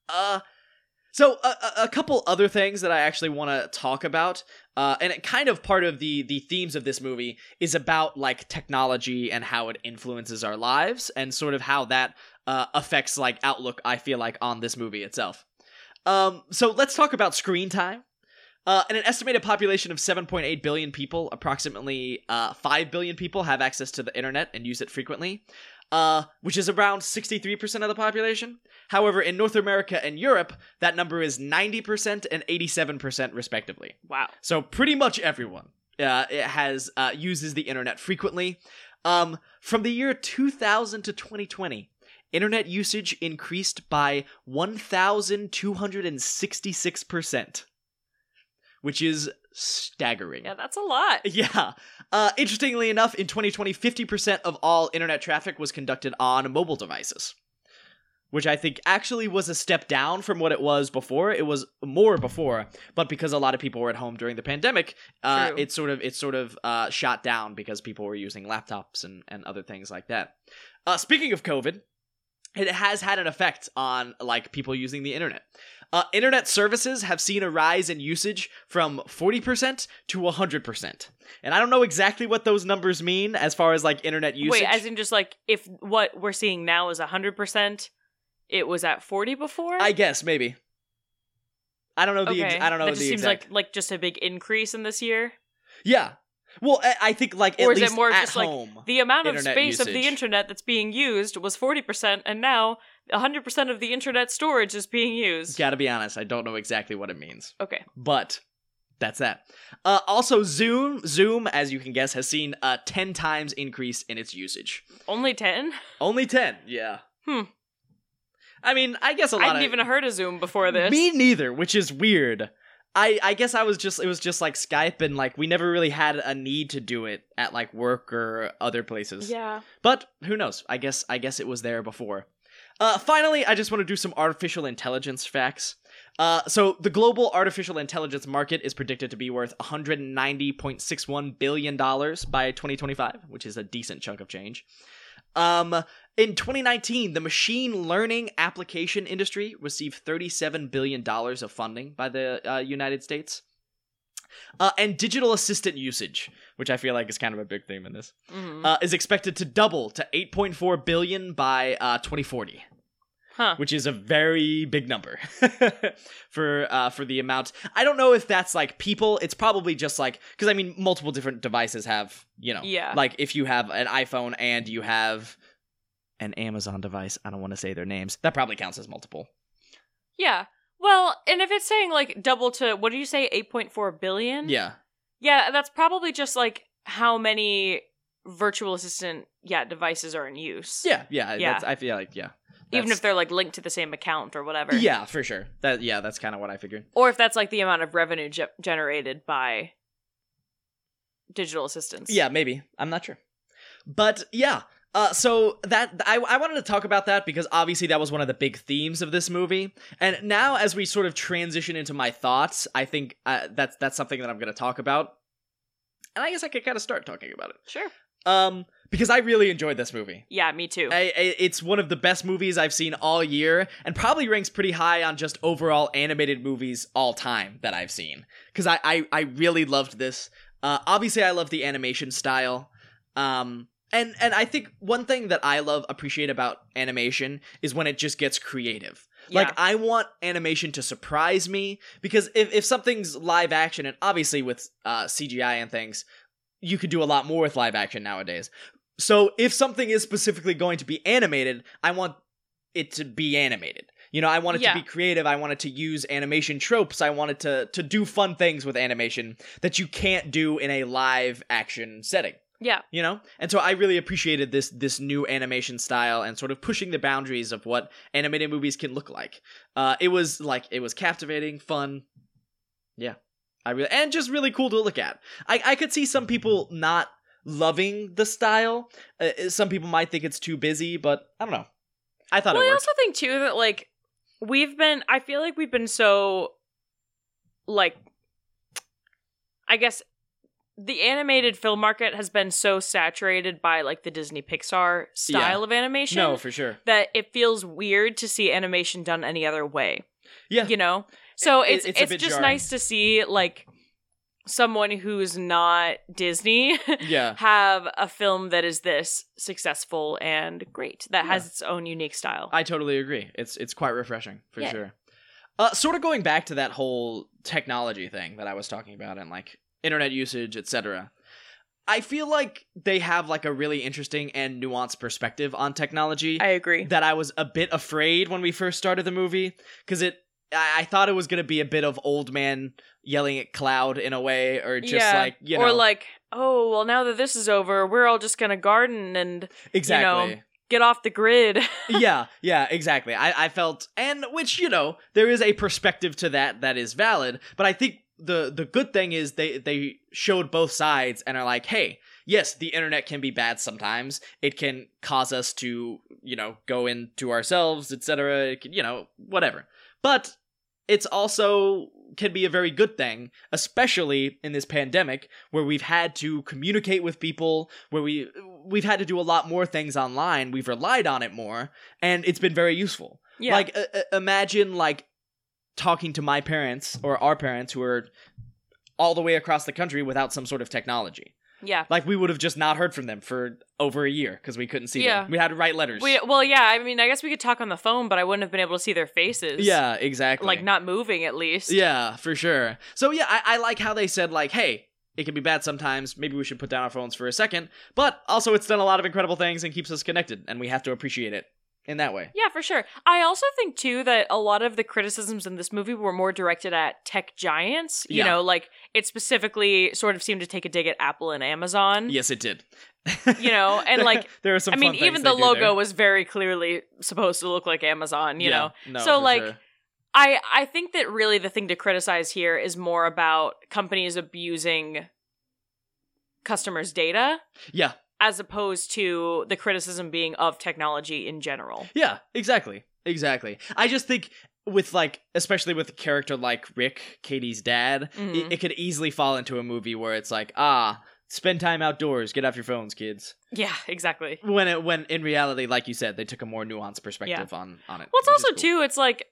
Uh, so a, a- a couple other things that I actually want to talk about, uh, and it kind of part of the the themes of this movie is about like technology and how it influences our lives, and sort of how that uh, affects like outlook. I feel like on this movie itself. Um, so let's talk about screen time. Uh, and an estimated population of 7.8 billion people, approximately uh, 5 billion people have access to the internet and use it frequently uh, which is around 63% of the population. However, in North America and Europe, that number is 90% and 87% respectively.
Wow.
So pretty much everyone uh, it has uh, uses the internet frequently. Um, from the year 2000 to 2020, internet usage increased by 1,266%, which is staggering.
Yeah, that's a lot.
Yeah. Uh, interestingly enough, in 2020, 50% of all internet traffic was conducted on mobile devices, which I think actually was a step down from what it was before. It was more before, but because a lot of people were at home during the pandemic, uh,
True.
it sort of it sort of uh, shot down because people were using laptops and, and other things like that. Uh, speaking of COVID, it has had an effect on like people using the internet. Uh, internet services have seen a rise in usage from 40% to 100%. And I don't know exactly what those numbers mean as far as like internet usage.
Wait, as in just like if what we're seeing now is hundred percent, it was at forty before.
I guess maybe. I don't know the ex- I don't know
That
the
just seems
exact.
like like just a big increase in this year.
yeah. Well, I, I think like
Or
at
is it
least
more of
at
just, like,
home.
The amount of
Internet
space of the
usage.
internet that's being used was forty percent, and now hundred percent of the internet storage is being used.
Gotta be honest, I don't know exactly what it means.
Okay.
but that's that. Uh, also, Zoom, Zoom, as you can guess, has seen a ten times increase in its usage.
Only ten.
Only ten, yeah.
Hmm.
I mean, I guess a
I
lot.
hadn't
of,
even heard of Zoom before this.
Me neither, which is weird. I I guess I was just it was just like Skype and like we never really had a need to do it at like work or other places.
Yeah.
But who knows? I guess I guess it was there before. Uh, finally, I just want to do some artificial intelligence facts. Uh, so the global artificial intelligence market is predicted to be worth 190.61 billion dollars by 2025, which is a decent chunk of change. Um, In 2019, the machine learning application industry received $37 billion of funding by the uh, United States. Uh, and digital assistant usage, which I feel like is kind of a big theme in this,
Mhm.
uh, is expected to double to 8.4 billion by uh, 2040
huh.
which is a very big number for uh, for the amount. I don't know if that's like people. It's probably just like because I mean, multiple different devices have you know,
Yeah.
Like if you have an iPhone and you have an Amazon device, I don't want to say their names. That probably counts as multiple.
Yeah. Well, and if it's saying like double to what do you say, eight point four billion?
Yeah,
Yeah, that's probably just like how many virtual assistant yeah devices are in use.
yeah, yeah.
Yeah.
That's, I feel like yeah,
Even if
That's-
they're like linked to the same account or whatever.
yeah, for sure. That yeah, that's kind of what I figured.
Or if that's like the amount of revenue ge- generated by digital assistants.
Yeah, maybe. I'm not sure. But yeah. Uh, so that I, I wanted to talk about that because obviously that was one of the big themes of this movie, and now as we sort of transition into my thoughts, I think uh, that's that's something that I'm going to talk about, and I guess I could kind of start talking about it,
Sure.
um, because I really enjoyed this movie.
Yeah, me too.
I, I, it's one of the best movies I've seen all year, and probably ranks pretty high on just overall animated movies all time that I've seen. Because I, I, I really loved this. Uh, obviously, I love the animation style. Um, and and I think one thing that I love appreciate about animation is when it just gets creative.
yeah.
Like I want animation to surprise me because if if something's live action and obviously with uh, CGI and things, you could do a lot more with live action nowadays. So if something is specifically going to be animated, I want it to be animated. You know, I want it
Yeah.
to be creative. I want it to use animation tropes. I wanted to to do fun things with animation that you can't do in a live action setting
yeah.
you know and so i really appreciated this this new animation style and sort of pushing the boundaries of what animated movies can look like uh it was like it was captivating fun yeah i really and just really cool to look at i i could see some people not loving the style uh, uh, some people might think it's too busy but i don't know i thought
Well,
it
I
worked
also think too that like we've been. I feel like we've been so like. I guess the animated film market has been so saturated by like the Disney Pixar style of animation
no for sure
that it feels weird to see animation done any other way.
yeah
you know so
It-
it's
it's
it's,
a bit
just
jarring.
nice to see like someone who's not disney
yeah
have a film that is this successful and great that has its own unique style
I totally agree. It's it's quite refreshing for
Yeah.
sure. Uh, sort of going back to that whole technology thing that I was talking about and like internet usage, etc. I feel like they have like a really interesting and nuanced perspective on technology
agree
that I was a bit afraid when we first started the movie because it. I I thought it was gonna be a bit of old man yelling at cloud in a way, or just
Yeah.
like you know,
or like oh well now that this is over we're all just gonna garden and
exactly.
get off the grid
yeah, yeah, exactly. I, I felt, and which you know, there is a perspective to that that is valid. But I think the the good thing is they they showed both sides and are like, hey, yes, the internet can be bad sometimes. It can cause us to you know go into ourselves, etc. It can- You know, whatever. But it's also can be a very good thing, especially in this pandemic where we've had to communicate with people, where we we've had to do a lot more things online. We've relied on it more, and it's been very useful.
yeah
Like uh, uh, imagine like talking to my parents or our parents who are all the way across the country without some sort of technology.
yeah
Like we would have just not heard from them for over a year because we couldn't see
Yeah.
them. We had to write letters.
we, well yeah i mean i guess we could talk on the phone but i wouldn't have been able to see their faces
yeah, exactly.
like not moving at least
Yeah, for sure. So yeah, I, I like how they said like, hey, it can be bad sometimes. Maybe we should put down our phones for a second. But also, it's done a lot of incredible things and keeps us connected, and we have to appreciate it in that way.
Yeah, for sure. I also think too that a lot of the criticisms in this movie were more directed at tech giants. You
Yeah.
know, like it specifically sort of seemed to take a dig at Apple and Amazon.
Yes, it did.
Mm-hmm. You know, and like
there are some.
I mean,
fun things
even
they
the
do
logo
there.
was very clearly supposed to look like Amazon, you
Yeah,
know.
no,
So,
for
like,
sure.
I I think that really the thing to criticize here is more about companies abusing customers' data
yeah,
as opposed to the criticism being of technology in general.
yeah, exactly, exactly. I just think with like, especially with a character like Rick, Katie's dad,
Mhm.
it, it could easily fall into a movie where it's like, ah, Spend time outdoors. Get off your phones, kids.
Yeah, exactly.
When it when in reality, like you said, they took a more nuanced perspective on on it.
Well, it's
which is
also
cool.
too. It's like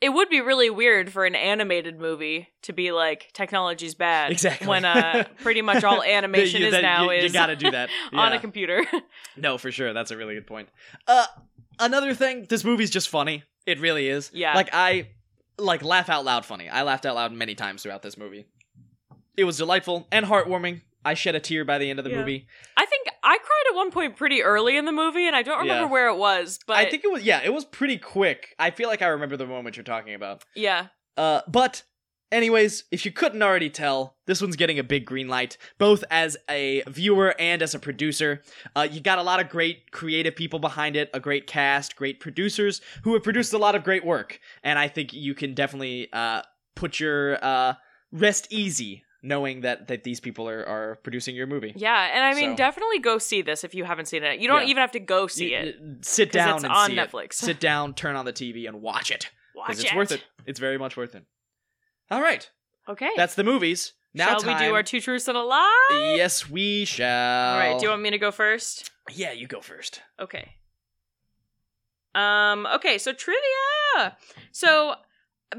it would be really weird for an animated movie to be like technology's bad.
Exactly.
When uh, pretty much all
That
animation
you-
is
that
now
you,
is
you gotta do that
on
Yeah.
a computer.
No, for sure. That's a really good point. Uh another thing, this movie's just funny. It really is.
Yeah.
Like I like laugh out loud funny. I laughed out loud many times throughout this movie. It was delightful and heartwarming. I shed a tear by the end of the
Yeah.
movie.
I think I cried at one point pretty early in the movie, and I don't remember
Yeah.
where it was, but
I think it was yeah, it was pretty quick. I feel like I remember the moment you're talking about.
yeah,
Uh but anyways, if you couldn't already tell, this one's getting a big green light both as a viewer and as a producer. Uh you got a lot of great creative people behind it, a great cast, great producers who have produced a lot of great work, and I think you can definitely uh put your uh rest easy knowing that that these people are are producing your movie.
yeah, and I mean,
So-
definitely go see this if you haven't seen it. You don't
Yeah.
even have to go see
You-
it.
uh, Sit
'cause
down
it's
and
on
see it.
Netflix.
Sit down, turn on the TV and watch it.
Watch
because it's worth it. It's very much worth it. All right,
Okay,
that's the movies. Now
shall we
time-
do our two truths and a lie?
Yes, we shall.
All right,
Uh,
do you want me to go first?
Yeah, you go first.
Okay. Um, okay, so trivia. So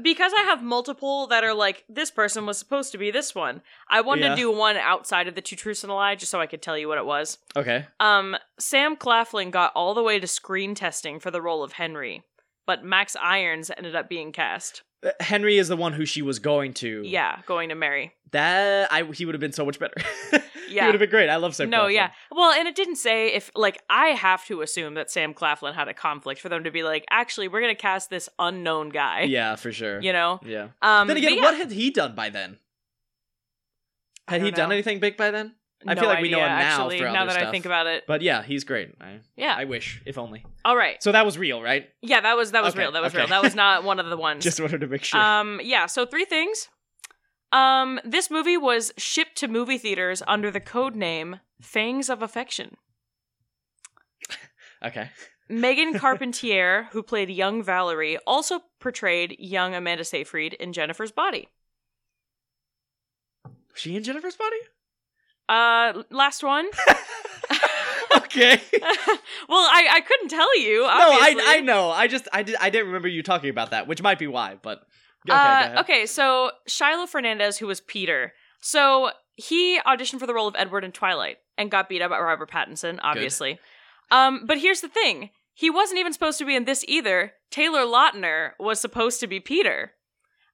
because I have multiple that are like this person was supposed to be this one, I wanted
Yeah.
to do one outside of the two truths and a lie just so I could tell you what it was.
Okay.
Um, Sam Claflin got all the way to screen testing for the role of Henry, but Max Irons ended up being cast.
Uh, Henry is the one who she was going to.
Yeah, going to marry.
That I he would have been so much better. He
Yeah.
would have been great. I love Sam.
no,
Claflin.
yeah. Well, and it didn't say if like I have to assume that Sam Claflin had a conflict for them to be like, actually, we're gonna cast this unknown guy.
Yeah, for sure.
You know?
Yeah.
Um
then again,
but yeah,
what had he done by then?
I
Had he
don't
done
know.
anything big by then? I
No
feel like we know
idea,
him now
actually,
for
now
other
that I
stuff.
think about it.
But yeah, he's great. I,
Yeah.
I wish, if only.
All right.
So that was real, right?
Yeah, that was that was
Okay,
real. That was
okay.
real. That was not one of the ones.
Just wanted to make sure.
Um yeah, so three things. Um this movie was shipped to movie theaters under the code name Fangs of Affection.
okay.
Megan Carpentier, who played young Valerie, also portrayed young Amanda Seyfried in Jennifer's Body.
Was she in Jennifer's body?
Uh last one.
okay.
well, I, I couldn't tell you.
No,
Obviously.
I I know. I just I did I didn't remember you talking about that, which might be why. But okay, go ahead.
uh, okay, so Shiloh Fernandez, who was Peter, so he auditioned for the role of Edward in Twilight and got beat up by Robert Pattinson, obviously. Um, but here's the thing: he wasn't even supposed to be in this either. Taylor Lautner was supposed to be Peter,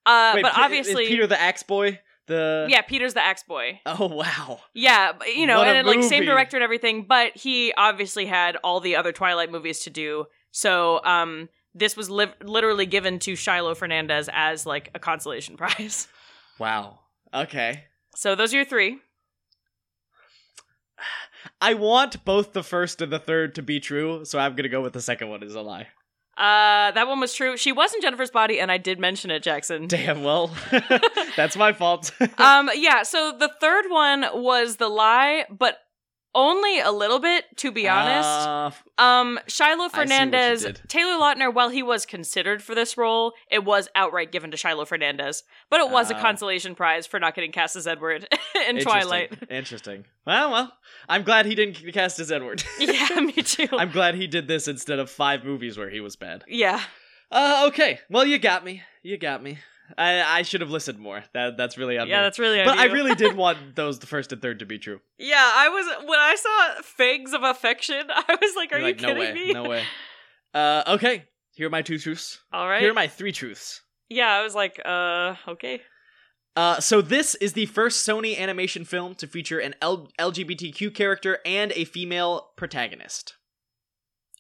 uh,
Wait,
but
Pe- is
obviously,
Peter the Axe Boy. The
yeah, Peter's the axe boy.
Oh wow.
Yeah, but, you know,
What a
and then, like same
movie.
director and everything, but he obviously had all the other Twilight movies to do. So, um this was li- literally given to Shiloh Fernandez as like a consolation prize.
Wow. Okay.
So those are your three.
I want both the first and the third to be true, so I'm gonna go with the second one is a lie.
Uh that one was true. She was in Jennifer's body and I did mention it, Jackson.
Damn well. That's my fault.
um yeah, so the third one was the lie, but only a little bit to be honest.
Uh, f-
Um, Shiloh
what you
Fernandez,
did.
Taylor Lautner, while he was considered for this role, it was outright given to Shiloh Fernandez. But it was a
Oh.
consolation prize for not getting cast as Edward in
interesting,
Twilight.
Interesting. Well, well, I'm glad he didn't get cast as Edward.
yeah, me too.
I'm glad he did this instead of five movies where he was bad.
yeah.
Uh, okay. Well, you got me. You got me. I I should have listened more. That that's really on
Yeah,
me.
that's really on
but I
you.
really did want those the first and third to be true.
Yeah, I was when I saw Fangs of Affection, I was like, Are
You're
you
like,
kidding
no way,
me?
No way. Uh, okay. Here are my two truths.
All right.
Here are my three truths.
yeah, I was like, uh, okay.
Uh, so this is the first Sony animation film to feature an L- LGBTQ character and a female protagonist.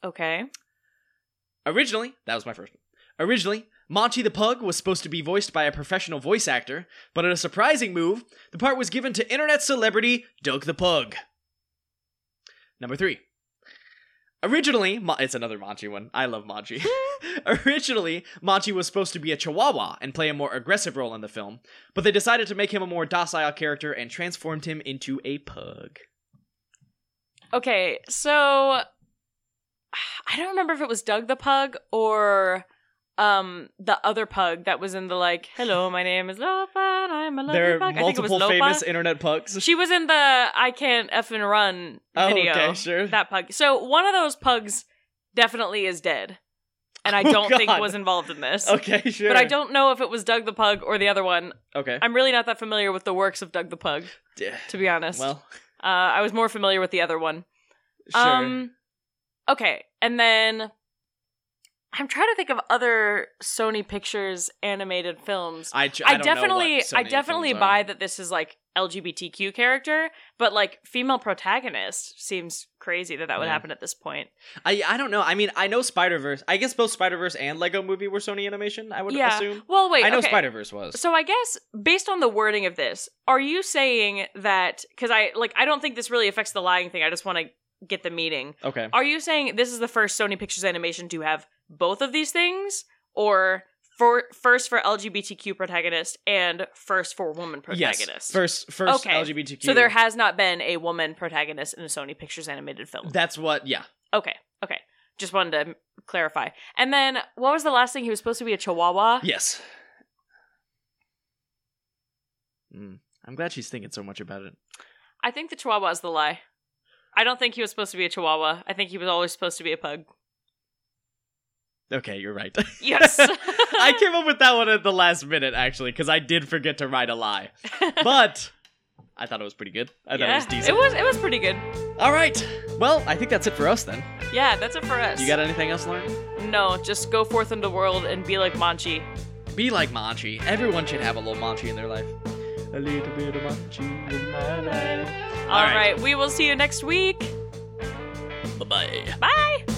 Okay.
Originally, that was my first one. Originally, Monty the Pug was supposed to be voiced by a professional voice actor, but in a surprising move, the part was given to internet celebrity Doug the Pug. Number three. Originally, Mo- it's another Monty one. I love Monty. Originally, Monty was supposed to be a chihuahua and play a more aggressive role in the film, but they decided to make him a more docile character and transformed him into a pug.
Okay, so I don't remember if it was Doug the Pug or um the other pug that was in the like, hello, my name is Lopa and I'm a lovely
there are
pug. I think it was
multiple
Lopa.
famous internet pugs.
She was in the I can't f and run
Oh,
video.
okay, sure.
That pug. So one of those pugs definitely is dead, and I
Oh,
don't think
God.
was involved in this.
okay, sure.
But I don't know if it was Doug the Pug or the other one.
Okay.
I'm really not that familiar with the works of Doug the Pug,
D-
to be honest.
Eh, well,
uh, I was more familiar with the other one.
sure.
Um, okay, and then I'm trying to think of other Sony Pictures animated films.
I, ch-
I,
don't know what
definitely,
so
I
many
definitely
films are.
buy that this is like LGBTQ character, but like female protagonist seems crazy that that would
Yeah.
happen at this point.
I I don't know. I mean, I know Spider Verse. I guess both Spider Verse and Lego Movie were Sony Animation. I would
Yeah.
assume.
Well, wait,
I know
okay.
Spider Verse was.
So I guess based on the wording of this, are you saying that because I like I don't think this really affects the lying thing. I just want to get the meeting.
okay.
Are you saying this is the first Sony Pictures Animation to have both of these things, or for first for LGBTQ protagonist and first for woman protagonist?
Yes. First, first
Okay.
LGBTQ.
so there has not been a woman protagonist in a Sony Pictures animated film.
That's what. Yeah.
okay, okay. Just wanted to clarify. And then what was the last thing? He was supposed to be a Chihuahua.
Yes. Mm. I'm glad she's thinking so much about it.
I think the Chihuahua is the lie. I don't think he was supposed to be a Chihuahua. I think he was always supposed to be a pug.
Okay, you're right.
Yes.
I came up with that one at the last minute, actually, because I did forget to write a lie. But I thought it was pretty good. I thought it was decent.
It was. It was pretty good.
All right. Well, I think that's it for us then.
Yeah, that's it for us.
You got anything else, Lauren?
No, just go forth into the world and be like Manchi.
Be like Manchi. Everyone should have a little Manchi in their life. A little bit of Manchi in my life.
All right. we will see you next week.
Bye bye.
Bye.